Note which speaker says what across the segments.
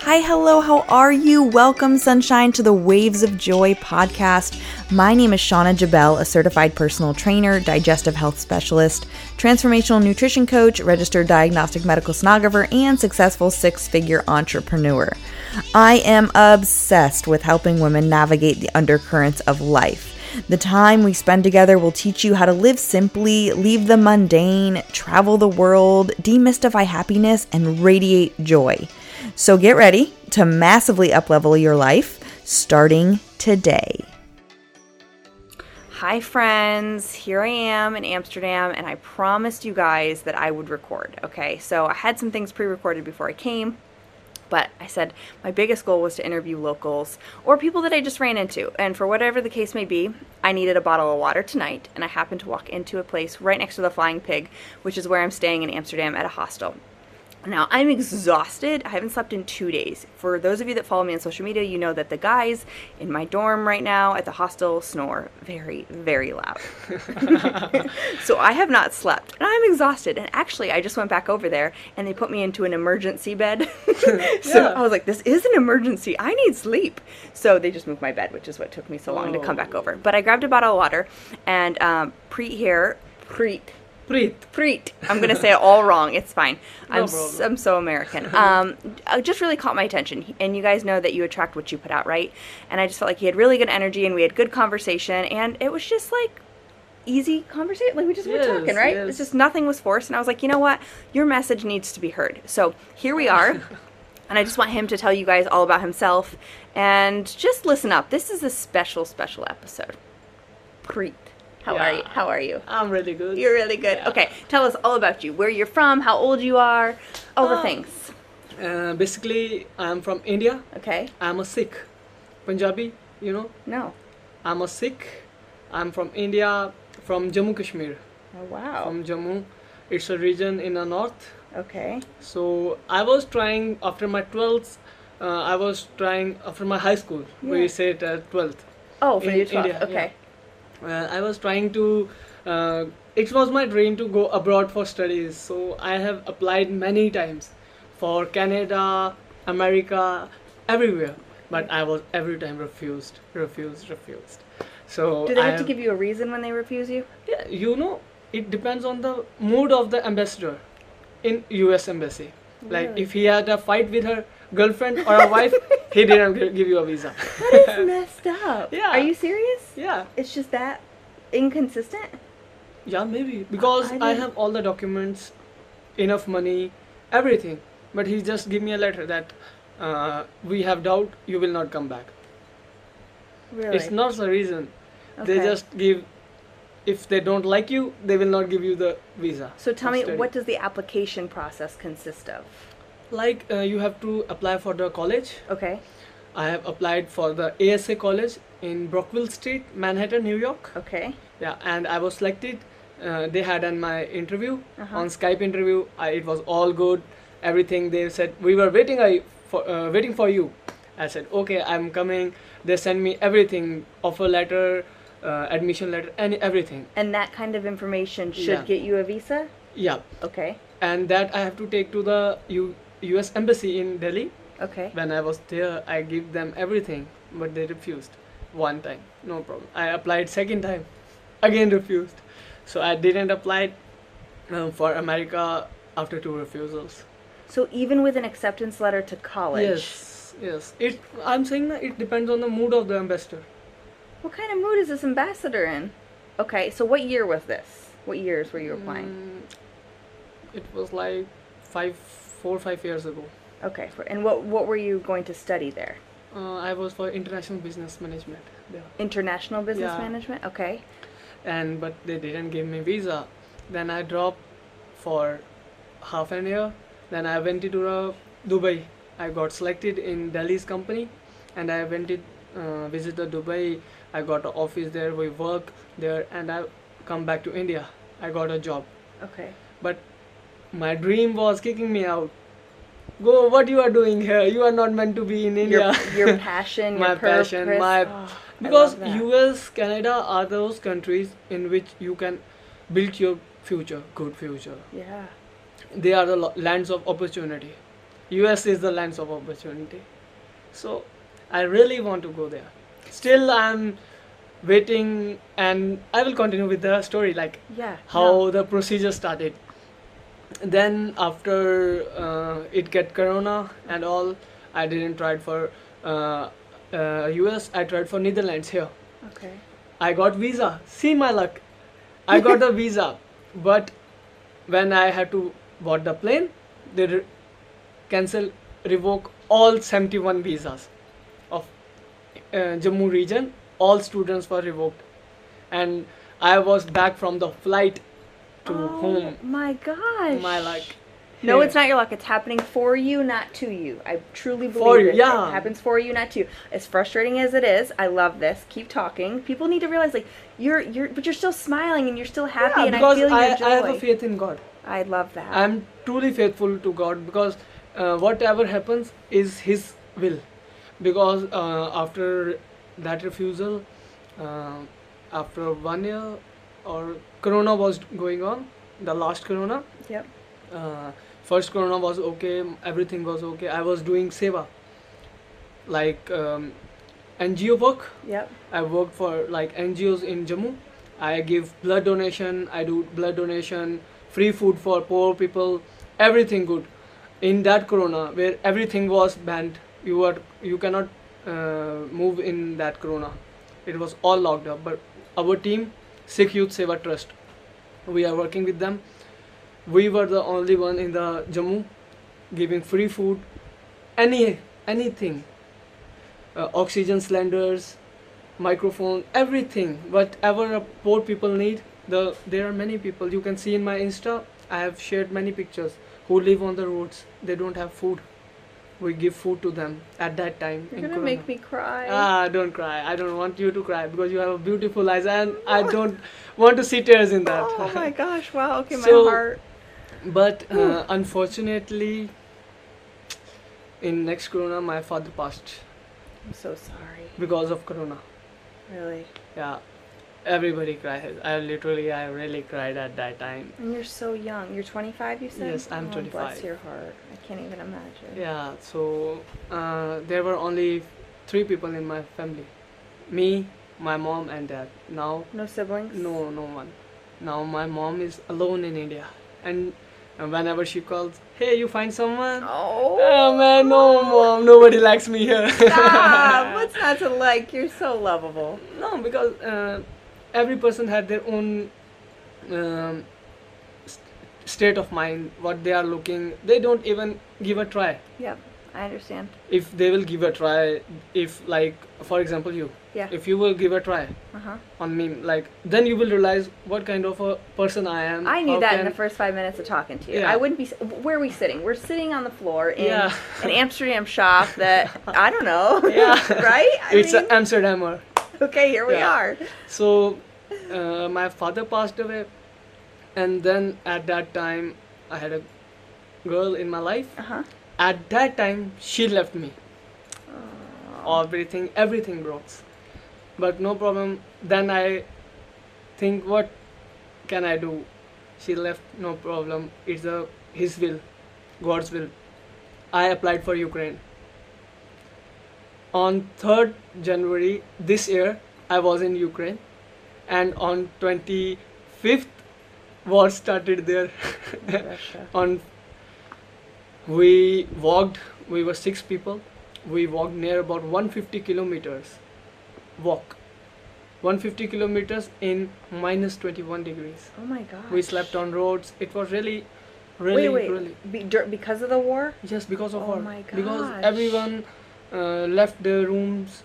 Speaker 1: Hi, hello, how are you? Welcome, Sunshine, to the Waves of Joy podcast. My name is Shauna Jabel, a certified personal trainer, digestive health specialist, transformational nutrition coach, registered diagnostic medical sonographer, and successful six figure entrepreneur. I am obsessed with helping women navigate the undercurrents of life. The time we spend together will teach you how to live simply, leave the mundane, travel the world, demystify happiness, and radiate joy. So get ready to massively uplevel your life starting today. Hi, friends. Here I am in Amsterdam, and I promised you guys that I would record. Okay, so I had some things pre recorded before I came, but I said my biggest goal was to interview locals or people that I just ran into. And for whatever the case may be, I needed a bottle of water tonight, and I happened to walk into a place right next to the Flying Pig, which is where I'm staying in Amsterdam at a hostel. Now, I'm exhausted. I haven't slept in two days. For those of you that follow me on social media, you know that the guys in my dorm right now at the hostel snore very, very loud. so I have not slept and I'm exhausted. And actually, I just went back over there and they put me into an emergency bed. so I was like, this is an emergency. I need sleep. So they just moved my bed, which is what took me so long to come back over. But I grabbed a bottle of water and um, Preet here, Preet.
Speaker 2: Preet.
Speaker 1: Preet. I'm gonna say it all wrong. It's fine. I'm s-
Speaker 2: problem.
Speaker 1: I'm so American. Um, it just really caught my attention. And you guys know that you attract what you put out, right? And I just felt like he had really good energy, and we had good conversation, and it was just like easy conversation. Like we just
Speaker 2: Yes,
Speaker 1: were talking, right?
Speaker 2: yes.
Speaker 1: It's just nothing was forced, and I was like, you know what? Your message needs to be heard. So here we are. And I just want him to tell you guys all about himself and just listen up. This is a special, special episode. Preet, how are you?
Speaker 2: Yeah.
Speaker 1: How are you?
Speaker 2: I'm really good.
Speaker 1: You're really good.
Speaker 2: Yeah.
Speaker 1: Okay, tell us all about you. Where you're from, how old you are, all the
Speaker 2: Oh.
Speaker 1: things.
Speaker 2: Uh, basically, I'm from India.
Speaker 1: Okay?
Speaker 2: I'm a Sikh. Punjabi, you know.
Speaker 1: No.
Speaker 2: I'm a Sikh. I'm from India, from Jammu Kashmir.
Speaker 1: Oh, wow.
Speaker 2: From Jammu. It's a region in the north.
Speaker 1: Okay.
Speaker 2: So I was trying after my 12th. Uh, I was trying after my high school. We
Speaker 1: Yeah.
Speaker 2: said uh, at 12th.
Speaker 1: Oh, for
Speaker 2: In
Speaker 1: you 12.
Speaker 2: India,
Speaker 1: okay.
Speaker 2: Uh, I was trying to. Uh, it was my dream to go abroad for studies, so I have applied many times for Canada, America, everywhere. But I was every time refused, refused, refused. So
Speaker 1: Do they
Speaker 2: I
Speaker 1: have to give you a reason when they refuse you?
Speaker 2: Yeah, you know, it depends on the mood of the ambassador in U.S. embassy. Like
Speaker 1: Really?
Speaker 2: if he had a fight with her girlfriend or a wife, he didn't gi- give you a visa.
Speaker 1: That is messed up.
Speaker 2: Yeah.
Speaker 1: Are you serious?
Speaker 2: Yeah.
Speaker 1: It's just that inconsistent?
Speaker 2: Yeah, maybe because
Speaker 1: I
Speaker 2: I,
Speaker 1: didn't-
Speaker 2: have all the documents, enough money, everything. But he just give me a letter that uh, we have doubt you will not come back.
Speaker 1: Really?
Speaker 2: It's not the reason. They
Speaker 1: Okay.
Speaker 2: just give. If they don't like you, they will not give you the visa.
Speaker 1: So tell me,
Speaker 2: instead.
Speaker 1: what does the application process consist of?
Speaker 2: Like uh, you have to apply for the college.
Speaker 1: Okay.
Speaker 2: I have applied for the ASA college in Brockville Street, Manhattan, New York.
Speaker 1: Okay.
Speaker 2: Yeah, and I was selected. Uh, they had on my interview
Speaker 1: Uh-huh.
Speaker 2: on Skype interview. I, it was all good. Everything they said, we were waiting. I for uh, waiting for you. I said, okay, I'm coming. They sent me everything: offer letter, uh, admission letter, and everything.
Speaker 1: And that kind of information should
Speaker 2: Yeah.
Speaker 1: get you a visa?
Speaker 2: Yeah,
Speaker 1: Okay.
Speaker 2: and that I have to take to the U- U.S. embassy in Delhi.
Speaker 1: Okay.
Speaker 2: When I was there, I gave them everything, but they refused. One time, no problem. I applied second time, again refused. So I didn't apply um, for America after two refusals.
Speaker 1: So even with an acceptance letter to college,
Speaker 2: Yes, yes. It. I'm saying that it depends on the mood of the ambassador.
Speaker 1: What kind of mood is this ambassador in? Okay, so what year was this? What years were you applying?
Speaker 2: Mm, it was like five, four, five years ago.
Speaker 1: Okay, for, and what what were you going to study there?
Speaker 2: Uh, I was for international business management. Yeah.
Speaker 1: International business
Speaker 2: Yeah.
Speaker 1: management. Okay,
Speaker 2: and but they didn't give me visa then i dropped for half an year then i went to uh, dubai i got selected in delhi's company and i went to uh, visit the dubai i got an office there we work there and i come back to india i got a job
Speaker 1: okay.
Speaker 2: but my dream was kicking me out go what you are doing here you are not meant to be in india
Speaker 1: Your, your passion,
Speaker 2: My
Speaker 1: your purpose.
Speaker 2: passion, my-
Speaker 1: Oh, I
Speaker 2: because
Speaker 1: love that.
Speaker 2: us canada are those countries in which you can build your future good future
Speaker 1: Yeah.
Speaker 2: they are the lo- lands of opportunity US is the lands of opportunity. So I really want to go there. Still, I'm waiting, and I will continue with the story, like
Speaker 3: Yeah.
Speaker 2: how
Speaker 3: no.
Speaker 2: the procedure started. Then after uh, it get corona and all, I didn't try it for uh, uh, US. I tried for Netherlands here.
Speaker 3: Okay.
Speaker 2: I got visa. See my luck. I got the visa, but when I had to board the plane, they re- cancel, revoke all 71 visas of uh, Jammu region. All students were revoked, and I was back from the flight to
Speaker 3: oh,
Speaker 2: home.
Speaker 3: My gosh.
Speaker 2: My luck.
Speaker 3: No,
Speaker 2: Yeah.
Speaker 3: it's not your luck. It's happening for you, not to you. I truly believe
Speaker 2: For you,
Speaker 3: it.
Speaker 2: yeah.
Speaker 3: It happens for you, not to you. As frustrating as it is, I love this. Keep talking. People need to realize, like, you're, you're, but you're still smiling and you're still happy,
Speaker 2: Yeah,
Speaker 3: and I
Speaker 2: because
Speaker 3: feel
Speaker 2: I,
Speaker 3: your joy.
Speaker 2: I have a faith in God.
Speaker 3: I love that.
Speaker 2: I'm truly faithful to God because uh, whatever happens is His will. Because uh, after that refusal, uh, after one year or Corona was going on, the last Corona,
Speaker 3: yep.
Speaker 2: uh, first Corona was okay, everything was okay. I was doing seva, like um, NGO work.
Speaker 3: Yep.
Speaker 2: I worked for like NGOs in Jammu. I give blood donation. I do blood donation, free food for poor people, everything good. In that Corona, where everything was banned, you are you cannot uh, move in that Corona. It was all locked up. But our team, Sikh Youth Seva Trust, we are working with them. We were the only one in the Jammu giving free food, any anything, uh, oxygen cylinders, microphone, everything, whatever a poor people need. The there are many people you can see in my Insta. I have shared many pictures who live on the roads. They don't have food. We give food to them at that time.
Speaker 3: You're
Speaker 2: in
Speaker 3: gonna
Speaker 2: Corona.
Speaker 3: make me cry.
Speaker 2: Ah, don't cry. I don't want you to cry because you have a beautiful eyes, and I don't want to see tears in that.
Speaker 3: oh my Hmm. gosh! Wow. Okay, my
Speaker 2: So-
Speaker 3: heart.
Speaker 2: But uh, unfortunately, in next Corona, my father passed
Speaker 3: I'm so sorry.
Speaker 2: because of Corona.
Speaker 3: Really.
Speaker 2: Yeah, everybody cried. I literally, I really cried at that time.
Speaker 3: And you're so young. You're 25, you said?
Speaker 2: Yes, I'm
Speaker 3: oh, Bless
Speaker 2: 25.
Speaker 3: your heart. I can't even imagine.
Speaker 2: Yeah, so uh, there were only three people in my family, me, my mom, and dad. Now
Speaker 3: No siblings?
Speaker 2: No, no one. Now my mom is alone in India, and and whenever she calls, hey, you find someone? Oh,
Speaker 3: Oh,
Speaker 2: man, no, mom, nobody likes me here.
Speaker 3: Stop. What's not to like? You're so lovable.
Speaker 2: no, because uh, every person had their own um, st- state of mind, what they are looking. They don't even give a try.
Speaker 3: Yep, I understand.
Speaker 2: If they will give a try, if like, for example, you,
Speaker 3: Yeah.
Speaker 2: if you will give a try
Speaker 3: Uh huh.
Speaker 2: on me, like, then you will realize what kind of a person I am.
Speaker 3: I knew
Speaker 2: how
Speaker 3: that in
Speaker 2: can-
Speaker 3: the first five minutes of talking to you.
Speaker 2: Mm, Yeah.
Speaker 3: I wouldn't be. s- Where are we sitting? We're sitting on the floor in
Speaker 2: Yeah.
Speaker 3: an Amsterdam shop that I don't know.
Speaker 2: Yeah.
Speaker 3: right? I
Speaker 2: it's
Speaker 3: mean,
Speaker 2: an Amsterdamer.
Speaker 3: okay, here we
Speaker 2: Yeah.
Speaker 3: are.
Speaker 2: So uh, my father passed away, and then at that time I had a girl in my life.
Speaker 3: Uh huh.
Speaker 2: At that time she left me. Everything, everything broke. But no problem. Then I think, what can I do? She left, no problem. It's a His will, God's will. I applied for Ukraine. On 3rd January this year, I was in Ukraine, and on 25th, war started there.
Speaker 3: Russia.
Speaker 2: on we walked we were six people we walked near about 150 kilometers walk 150 kilometers in minus 21 degrees
Speaker 3: Oh my god.
Speaker 2: we slept on roads it was really really
Speaker 3: wait, wait.
Speaker 2: really
Speaker 3: Be, dur- because of the war?
Speaker 2: just because of
Speaker 3: Oh
Speaker 2: war
Speaker 3: my
Speaker 2: because
Speaker 3: gosh.
Speaker 2: everyone uh, left their rooms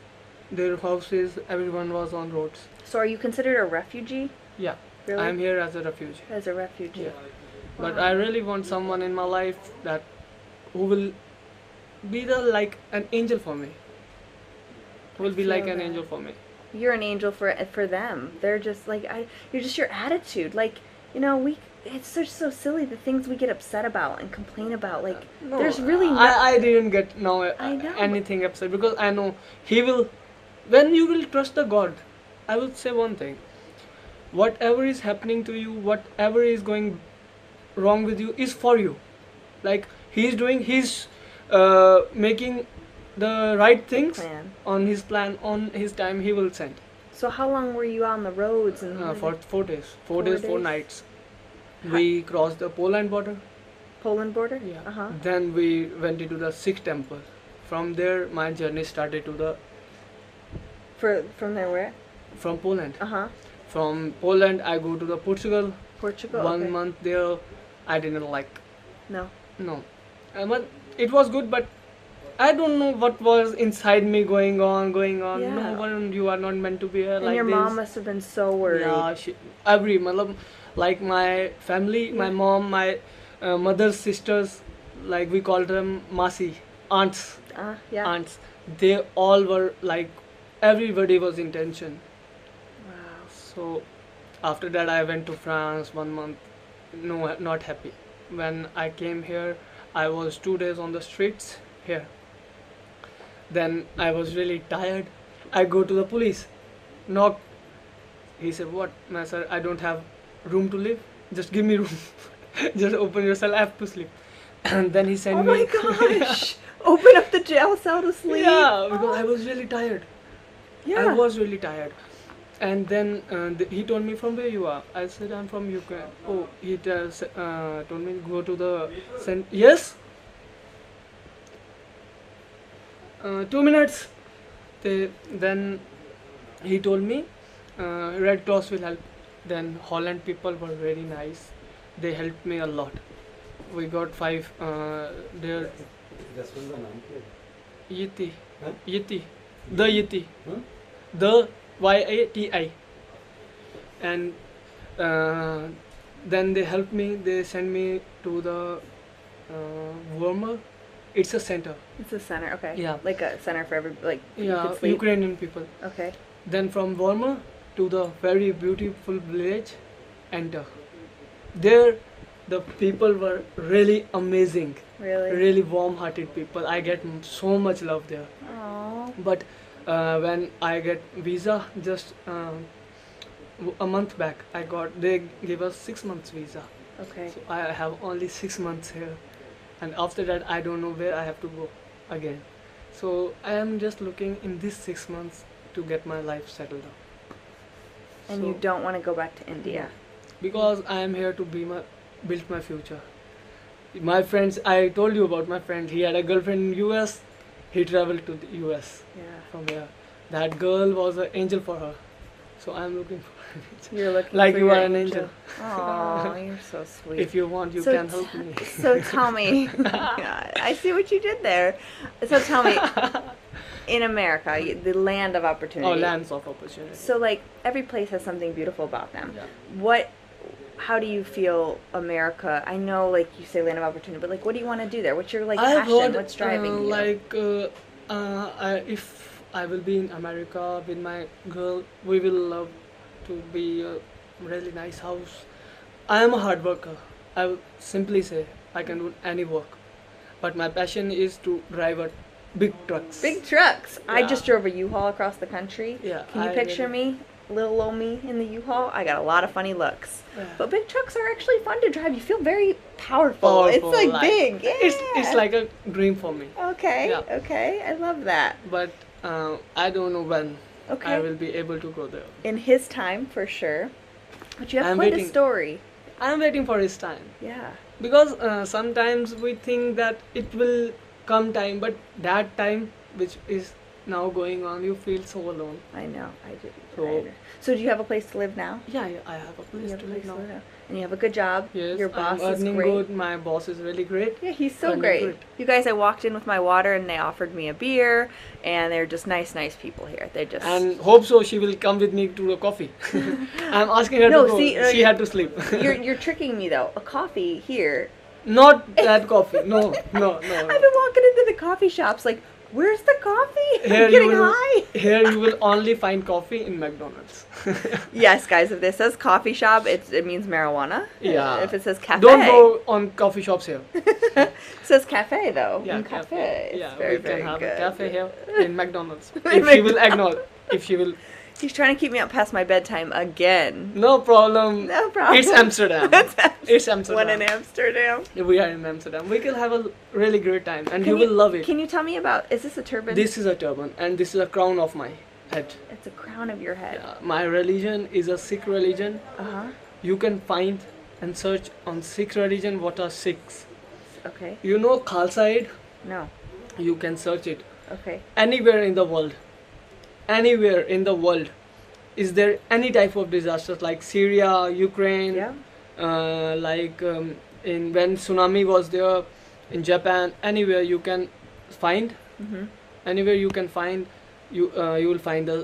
Speaker 2: their houses everyone was on roads
Speaker 3: So are you considered a refugee?
Speaker 2: yeah
Speaker 3: Really?
Speaker 2: i'm here as a refuge
Speaker 3: As a refugee.
Speaker 2: Yeah. But I really want someone in my life that who will be the like an angel for me. Who will be like
Speaker 3: feel
Speaker 2: an
Speaker 3: that.
Speaker 2: angel for me.
Speaker 3: you're an angel for for them. They're just like I. You're just your attitude. Like you know, we. It's just so silly the things we get upset about and complain about. Like there's really no.
Speaker 2: I, I didn't get now uh,
Speaker 3: I know, but-
Speaker 2: anything upset because I know he will when you will trust the God, I will say one thing. Whatever is happening to you, whatever is going wrong with you is for you. Like he is doing his uh, making the right things
Speaker 3: plan.
Speaker 2: on his plan on his time he will send
Speaker 3: So how long were you on the roads and
Speaker 2: uh, for four days four,
Speaker 3: Four
Speaker 2: days, four
Speaker 3: days.
Speaker 2: nights we crossed the poland border
Speaker 3: Poland border? Uh-huh.
Speaker 2: then we went into the sikh temple from there my journey started to the
Speaker 3: For from there where?
Speaker 2: from poland
Speaker 3: Uh-huh.
Speaker 2: from poland i go to the portugal
Speaker 3: Portugal.
Speaker 2: one
Speaker 3: Oh, okay.
Speaker 2: month there i didn't like
Speaker 3: No.
Speaker 2: No, I mean, it was good, but I don't know what was inside me going on, going on. No
Speaker 3: Yeah.
Speaker 2: one, you are not meant to be here
Speaker 3: And
Speaker 2: like
Speaker 3: your
Speaker 2: this.
Speaker 3: mom must have been so worried.
Speaker 2: Yeah, she, every matlab, like my family, my
Speaker 3: Yeah.
Speaker 2: mom, my uh, mother's sisters, like we called them masi, aunts,
Speaker 3: Uh, yeah.
Speaker 2: aunts. They all were like, everybody was in tension.
Speaker 3: Wow.
Speaker 2: So after that, I went to France one month. No, not happy. When I came here, I was two days on the streets here. Then I was really tired. I go to the police, knock. He said, "What, man, sir? I don't have room to live. Just give me room. Just open your cell. I have to sleep." And then he sent me.
Speaker 3: Oh my gosh. Open up the jail cell to sleep.
Speaker 2: Yeah, because
Speaker 3: Oh,
Speaker 2: I was really tired.
Speaker 3: yeah.
Speaker 2: I was really tired. And then uh, th- he told me from where you are. I said I'm from Ukraine. Oh, he tells, uh, told me go to the cent- yes. Uh, two minutes. They, then he told me uh, Red Cross will help. Then Holland people were very nice. They helped me a lot. We got five. Uh, their
Speaker 4: Jaswant का नाम क्या है
Speaker 2: Yeti.
Speaker 4: Huh?
Speaker 2: Yeti. The Yeti.
Speaker 4: Huh?
Speaker 2: The Y A T I. And uh, then they help me. They send me to the uh, Wormer. It's a center.
Speaker 3: It's a center, okay.
Speaker 2: Yeah.
Speaker 3: Like a center for every like you
Speaker 2: Yeah,
Speaker 3: could sleep.
Speaker 2: Ukrainian people.
Speaker 3: Okay.
Speaker 2: Then from Wormer to the very beautiful village, enter. There, the people were really amazing,
Speaker 3: Really?
Speaker 2: really warm-hearted people. I get m- so much love there.
Speaker 3: Aww.
Speaker 2: but uh, when I get visa just um, w- a month back I got they gave us six months visa
Speaker 3: Okay.
Speaker 2: so I have only six months here and after that I don't know where I have to go again so I am just looking in these six months to get my life settled down
Speaker 3: And
Speaker 2: So-
Speaker 3: you don't want to go back to India.
Speaker 2: because I am here to be my build my future my friends I told you about my friend he had a girlfriend in US he traveled to the US
Speaker 3: Yeah.
Speaker 2: from here. That girl was an angel for her. So I'm looking for
Speaker 3: You're looking
Speaker 2: Like
Speaker 3: for
Speaker 2: you
Speaker 3: your
Speaker 2: are an angel.
Speaker 3: Aw, you're so sweet.
Speaker 2: If you want, you
Speaker 3: So
Speaker 2: can
Speaker 3: t-
Speaker 2: help me.
Speaker 3: so tell me, God, I see what you did there. So tell me, in America, you- the land of opportunity.
Speaker 2: Oh, lands of opportunity.
Speaker 3: So like every place has something beautiful about them.
Speaker 4: Yeah.
Speaker 3: What? How do you feel America? I know, like you say, land of opportunity, but like, what do you want to do there? What's your like
Speaker 2: I've
Speaker 3: passion?
Speaker 2: heard,
Speaker 3: What's driving
Speaker 2: uh,
Speaker 3: you?
Speaker 2: Like, uh, uh, I, if I will be in America with my girl, we will love to be a really nice house. I am a hard worker. I will simply say I can do any work, but my passion is to drive a big trucks.
Speaker 3: Big trucks. I
Speaker 2: Yeah.
Speaker 3: just drove a U-Haul across the country.
Speaker 2: Yeah,
Speaker 3: Can you
Speaker 2: I
Speaker 3: picture me, little old me in the U-Haul? I got a lot of funny looks.
Speaker 2: Yeah.
Speaker 3: But big trucks are actually fun to drive. You feel very powerful.
Speaker 2: Powerful,
Speaker 3: it's like,
Speaker 2: like-
Speaker 3: big. Yeah.
Speaker 2: It's it's like a dream for me.
Speaker 3: Okay.
Speaker 2: Yeah.
Speaker 3: Okay. I love that.
Speaker 2: but uh, I don't know when
Speaker 3: Okay.
Speaker 2: I will be able to go there.
Speaker 3: In his time, for sure. But you have
Speaker 2: I'm
Speaker 3: quite a
Speaker 2: waiting.
Speaker 3: story.
Speaker 2: I'm waiting for his time
Speaker 3: Yeah.
Speaker 2: because uh, sometimes we think that it will come time, but that time which is now going on, you feel so alone.
Speaker 3: I know. I do.
Speaker 2: So-
Speaker 3: So, so do you have a place to live now?
Speaker 2: Yeah, yeah I have a
Speaker 3: You
Speaker 2: place
Speaker 3: have
Speaker 2: to
Speaker 3: a
Speaker 2: live
Speaker 3: place
Speaker 2: now.
Speaker 3: to live now. And you have a good job.
Speaker 2: Yes,
Speaker 3: Your boss
Speaker 2: I'm
Speaker 3: is
Speaker 2: earning
Speaker 3: great.
Speaker 2: good. My boss is really great.
Speaker 3: Yeah, he's so
Speaker 2: Earning
Speaker 3: great.
Speaker 2: good.
Speaker 3: You guys, I walked in with my water and they offered me a beer, and they're just nice, nice people here. They just
Speaker 2: And hope so she will come with me to the coffee. I'm asking her
Speaker 3: No,
Speaker 2: to go.
Speaker 3: see, uh,
Speaker 2: she had to sleep.
Speaker 3: you're you're tricking me though. A coffee here.
Speaker 2: Not that coffee. No, no, no.
Speaker 3: I've
Speaker 2: no.
Speaker 3: been walking into the coffee shops like, where's the coffee?
Speaker 2: Here
Speaker 3: I'm getting
Speaker 2: you will,
Speaker 3: high.
Speaker 2: Here you will only find coffee in McDonald's.
Speaker 3: Yes, guys. If this says coffee shop, it it means marijuana.
Speaker 2: Yeah.
Speaker 3: If it says cafe,
Speaker 2: Don't go on coffee shops here.
Speaker 3: It says cafe though.
Speaker 2: Yeah,
Speaker 3: Mm, cafe. It's
Speaker 2: Yeah,
Speaker 3: very
Speaker 2: we
Speaker 3: very
Speaker 2: can have
Speaker 3: good.
Speaker 2: a cafe here in McDonald's. if she will acknowledge, if she will
Speaker 3: He's trying to keep me up past my bedtime again.
Speaker 2: No problem.
Speaker 3: No problem.
Speaker 2: Mm. It's Amsterdam. it's Amsterdam.
Speaker 3: One in Amsterdam.
Speaker 2: we are in Amsterdam. We can have a really great time, and
Speaker 3: Can
Speaker 2: you will love it.
Speaker 3: Can you tell me about? Is this a turban?
Speaker 2: This is a turban, and this is a crown of my head.
Speaker 3: It's a crown of your head.
Speaker 2: Uh, my religion is a Sikh religion.
Speaker 3: Uh huh.
Speaker 2: You can find and search on Sikh religion what are Sikhs.
Speaker 3: Okay.
Speaker 2: You know Khalsa Aid?
Speaker 3: No.
Speaker 2: You can search it
Speaker 3: Okay.
Speaker 2: anywhere in the world. Anywhere in the world. Is there any type of disasters like Syria, Ukraine,
Speaker 3: Yeah.
Speaker 2: uh, like um, in when tsunami was there in Japan? Anywhere you can find
Speaker 3: Mhm.
Speaker 2: anywhere you can find you uh, you will find the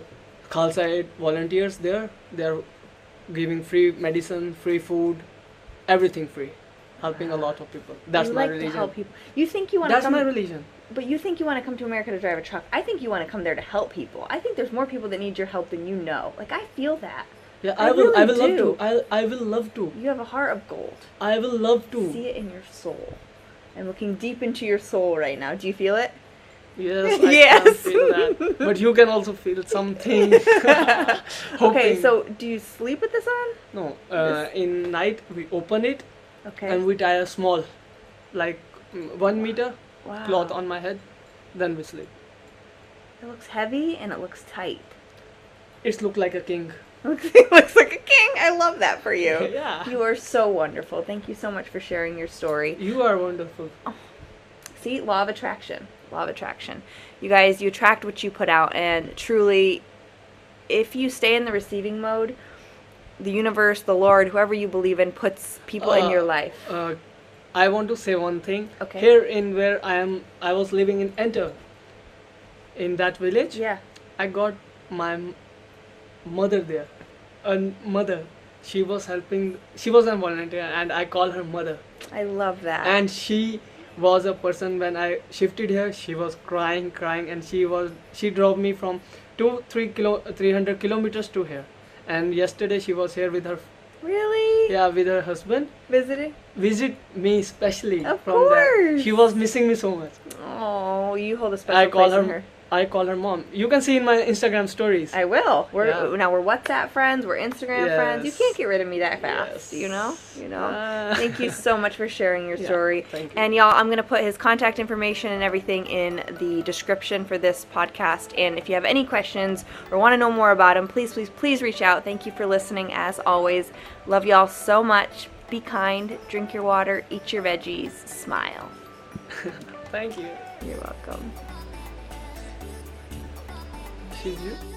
Speaker 2: Khalsa Aid volunteers there. They are giving free medicine, free food, everything free, helping a lot of people. That's
Speaker 3: you
Speaker 2: my
Speaker 3: like
Speaker 2: religion.
Speaker 3: to help people. You think you want to
Speaker 2: That's
Speaker 3: come,
Speaker 2: my religion.
Speaker 3: but you think you want to come to America to drive a truck. I think you want to come there to help people. I think there's more people that need your help than you know. Like I feel that.
Speaker 2: Yeah, I,
Speaker 3: I
Speaker 2: will. I
Speaker 3: really
Speaker 2: will love
Speaker 3: do.
Speaker 2: to. I I will love to.
Speaker 3: You have a heart of gold.
Speaker 2: I will love to.
Speaker 3: See it in your soul. I'm looking deep into your soul right now. Do you feel it?
Speaker 2: Yes, I
Speaker 3: Yes.
Speaker 2: can feel that. But you can also feel something.
Speaker 3: Okay.
Speaker 2: Hoping.
Speaker 3: So do you sleep with this on?
Speaker 2: no, uh, in night we open it
Speaker 3: Okay.
Speaker 2: and we tie a small, like mm, one meter
Speaker 3: wow.
Speaker 2: cloth on my head, then we sleep.
Speaker 3: It looks heavy and it looks tight.
Speaker 2: It's look like a king.
Speaker 3: Looks, it looks like a king. I love that for you.
Speaker 2: Yeah.
Speaker 3: You are so wonderful. Thank you so much for sharing your story.
Speaker 2: You are wonderful.
Speaker 3: See, law of attraction. Law of attraction. You guys, you attract what you put out, and truly, if you stay in the receiving mode, the universe, the Lord, whoever you believe in, puts people in
Speaker 2: Uh,
Speaker 3: your life.
Speaker 2: Uh, I want to say one thing.
Speaker 3: Okay.
Speaker 2: Here in where I am, I was living in Enter. In that village,
Speaker 3: Yeah.
Speaker 2: I got my m- mother there. A n- mother. She was helping. She was a volunteer, and I call her mother.
Speaker 3: I love that.
Speaker 2: And she was a person when I shifted here. She was crying, crying, and she was. She drove me from two, three kilo, three hundred kilometers to here. And yesterday she was here with her,
Speaker 3: really?
Speaker 2: yeah, with her husband.
Speaker 3: Visiting?
Speaker 2: visit me especially
Speaker 3: Of
Speaker 2: from
Speaker 3: course.
Speaker 2: that. She was missing me so much.
Speaker 3: Oh, you hold a special
Speaker 2: I call
Speaker 3: place
Speaker 2: her,
Speaker 3: in her.
Speaker 2: I call her mom. You can see in my Instagram stories.
Speaker 3: I will. We're
Speaker 2: Yeah.
Speaker 3: now we're WhatsApp friends. We're Instagram friends. You
Speaker 2: Yes.
Speaker 3: can't get rid of me that fast.
Speaker 2: Yes.
Speaker 3: You know. You know.
Speaker 2: Ah.
Speaker 3: Thank you so much for sharing your
Speaker 2: Yeah,
Speaker 3: story.
Speaker 2: thank you.
Speaker 3: And y'all, I'm gonna put his contact information and everything in the description for this podcast. And if you have any questions or want to know more about him, please, please, please reach out. Thank you for listening. As always, love y'all so much. Be kind. Drink your water. Eat your veggies. Smile.
Speaker 2: Thank you.
Speaker 3: You're welcome.
Speaker 2: She's you.